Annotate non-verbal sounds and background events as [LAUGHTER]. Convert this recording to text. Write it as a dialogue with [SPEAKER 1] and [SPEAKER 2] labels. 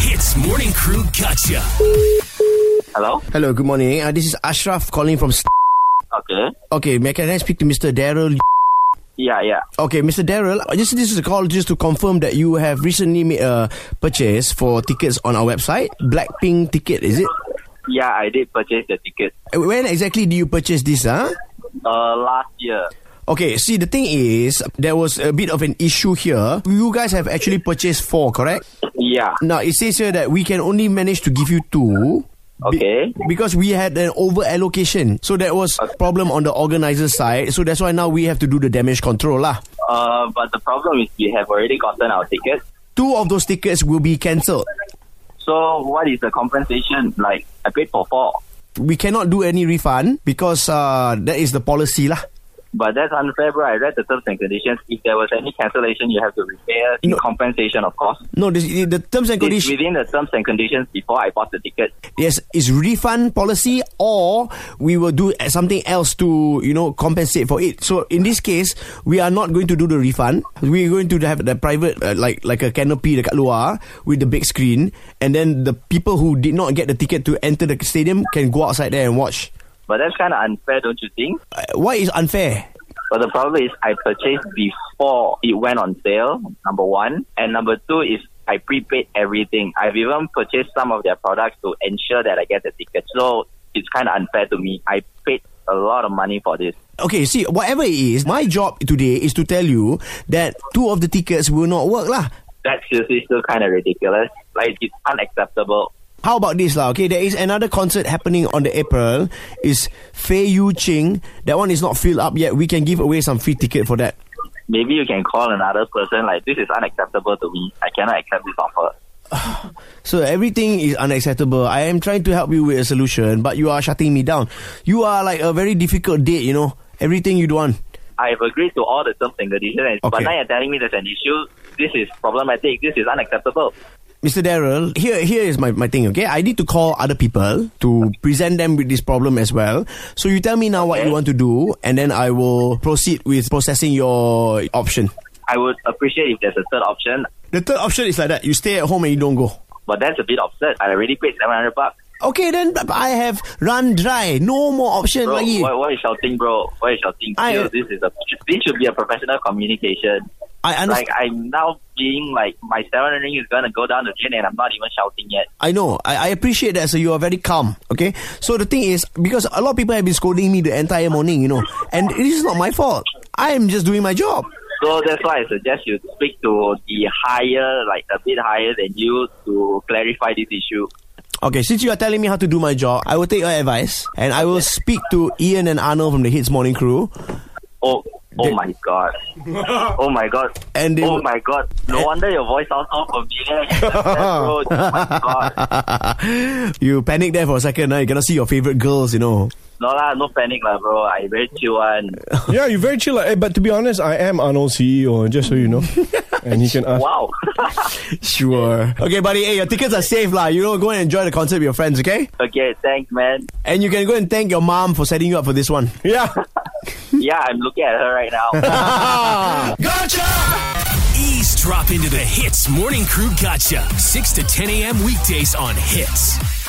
[SPEAKER 1] This morning crew gotcha.
[SPEAKER 2] Hello?
[SPEAKER 3] Hello, good morning. Uh, this is Ashraf calling from. St-
[SPEAKER 2] Okay.
[SPEAKER 3] okay, may can I speak to Mr. Daryl?
[SPEAKER 2] Yeah, yeah.
[SPEAKER 3] Okay, Mr. Daryl, uh, this this is a call just to confirm that you have recently made a purchase for tickets on our website. Blackpink ticket, is it?
[SPEAKER 2] Yeah, I did purchase the ticket
[SPEAKER 3] Uh, When exactly do you purchase this? Huh?
[SPEAKER 2] uh, last year.
[SPEAKER 3] Okay, see the thing is there was a bit of an issue here. You guys have actually purchased four, correct?
[SPEAKER 2] Yeah.
[SPEAKER 3] Now it says here that we can only manage to give you two. be-
[SPEAKER 2] Okay.
[SPEAKER 3] because we had an over allocation. So that was a problem on the organizer side. So that's why now we have to do the damage control lah.
[SPEAKER 2] Uh, but the problem is we have already gotten our ticket.
[SPEAKER 3] Two of those tickets will be cancelled.
[SPEAKER 2] So what is the compensation? Like, I paid for four.
[SPEAKER 3] We cannot do any refund because uh, that is the policy lah.
[SPEAKER 2] But that's unfair, bro. I read the terms and conditions. If there was any cancellation, you have to repay us in
[SPEAKER 3] No.
[SPEAKER 2] compensation, of course.
[SPEAKER 3] No, this, the terms and
[SPEAKER 2] It's
[SPEAKER 3] conditions.
[SPEAKER 2] within the terms and conditions before I bought the ticket.
[SPEAKER 3] Yes, is refund policy or we will do uh, something else to, you know, compensate for it. So in this case, we are not going to do the refund. We're going to have the private, uh, like like a canopy dekat luar with the big screen. And then the people who did not get the ticket to enter the stadium can go outside there and watch.
[SPEAKER 2] But that's kind of unfair, don't you think?
[SPEAKER 3] Uh, why is unfair?
[SPEAKER 2] But the problem is I purchased before it went on sale, number one. And number two is I prepaid everything. I've even purchased some of their products to ensure that I get the ticket. So it's kind of unfair to me. I paid a lot of money for this.
[SPEAKER 3] Okay, see, whatever it is, my job today is to tell you that two of the tickets will not work lah.
[SPEAKER 2] That's seriously still kind of ridiculous. Like, it's unacceptable.
[SPEAKER 3] How about this lah? Okay, there is another concert happening on the April. Is Fei Yu Ching. That one is not filled up yet. We can give away some free ticket for that.
[SPEAKER 2] Maybe you can call another person. Like, this is unacceptable to me. I cannot accept this offer.
[SPEAKER 3] So everything is unacceptable. I am trying to help you with a solution, but you are shutting me down. You are like a very difficult date. You know everything you do want.
[SPEAKER 2] I've agreed to all the terms and conditions, but
[SPEAKER 3] Okay.
[SPEAKER 2] now you're telling me there's an issue. This is problematic. This is unacceptable.
[SPEAKER 3] Mr. Daryl, here here is my, my thing, okay? I need to call other people to present them with this problem as well. So you tell me now what you want to do and then I will proceed with processing your option.
[SPEAKER 2] I would appreciate if there's a third option,
[SPEAKER 3] The third option is like that. You stay at home and you don't go.
[SPEAKER 2] but that's a bit absurd. I already paid 700 bucks.
[SPEAKER 3] Okay, then I have run dry. No more option
[SPEAKER 2] Bro,
[SPEAKER 3] lagi.
[SPEAKER 2] why, why you shouting, bro? Why you shouting?
[SPEAKER 3] I-
[SPEAKER 2] Yo, this is a this should be a professional communication.
[SPEAKER 3] I understand.
[SPEAKER 2] Like I'm now being like my seven ring is gonna go down the drain, and I'm not even shouting yet.
[SPEAKER 3] I know. I, I appreciate that. So you are very calm. Okay. So the thing is, because a lot of people have been scolding me the entire morning, you know, and it is not my fault. I am just doing my job.
[SPEAKER 2] So that's why I suggest you speak to the higher, like a bit higher than you, to clarify this issue.
[SPEAKER 3] Okay, since you are telling me how to do my job, I will take your advice and I will speak to Ian and Arnold from the Hits Morning Crew. [LAUGHS]
[SPEAKER 2] Oh, oh
[SPEAKER 3] They-
[SPEAKER 2] my god! Oh my god!
[SPEAKER 3] And they
[SPEAKER 2] oh
[SPEAKER 3] will- Eh?
[SPEAKER 2] my god! No wonder your voice sounds so familiar. [LAUGHS] Bro, oh my god!
[SPEAKER 3] you panic there for a second, now you cannot see your favorite girls, you know.
[SPEAKER 2] No lah, no panic lah, bro. I very chill one.
[SPEAKER 4] Yeah, you're very chill. eh, But to be honest, I am Arnold's CEO, just so you know. and he can ask.
[SPEAKER 2] Wow. [LAUGHS]
[SPEAKER 3] Sure. Okay, buddy, hey, your tickets are safe, lah. You know, go and enjoy the concert with your friends, okay?
[SPEAKER 2] okay, thanks, man.
[SPEAKER 3] And you can go and thank your mom for setting you up for this one.
[SPEAKER 4] Yeah.
[SPEAKER 2] Yeah, I'm looking at her right now.
[SPEAKER 1] Ease drop into the Hits morning crew gotcha. 6 to 10 a.m. weekdays on Hits.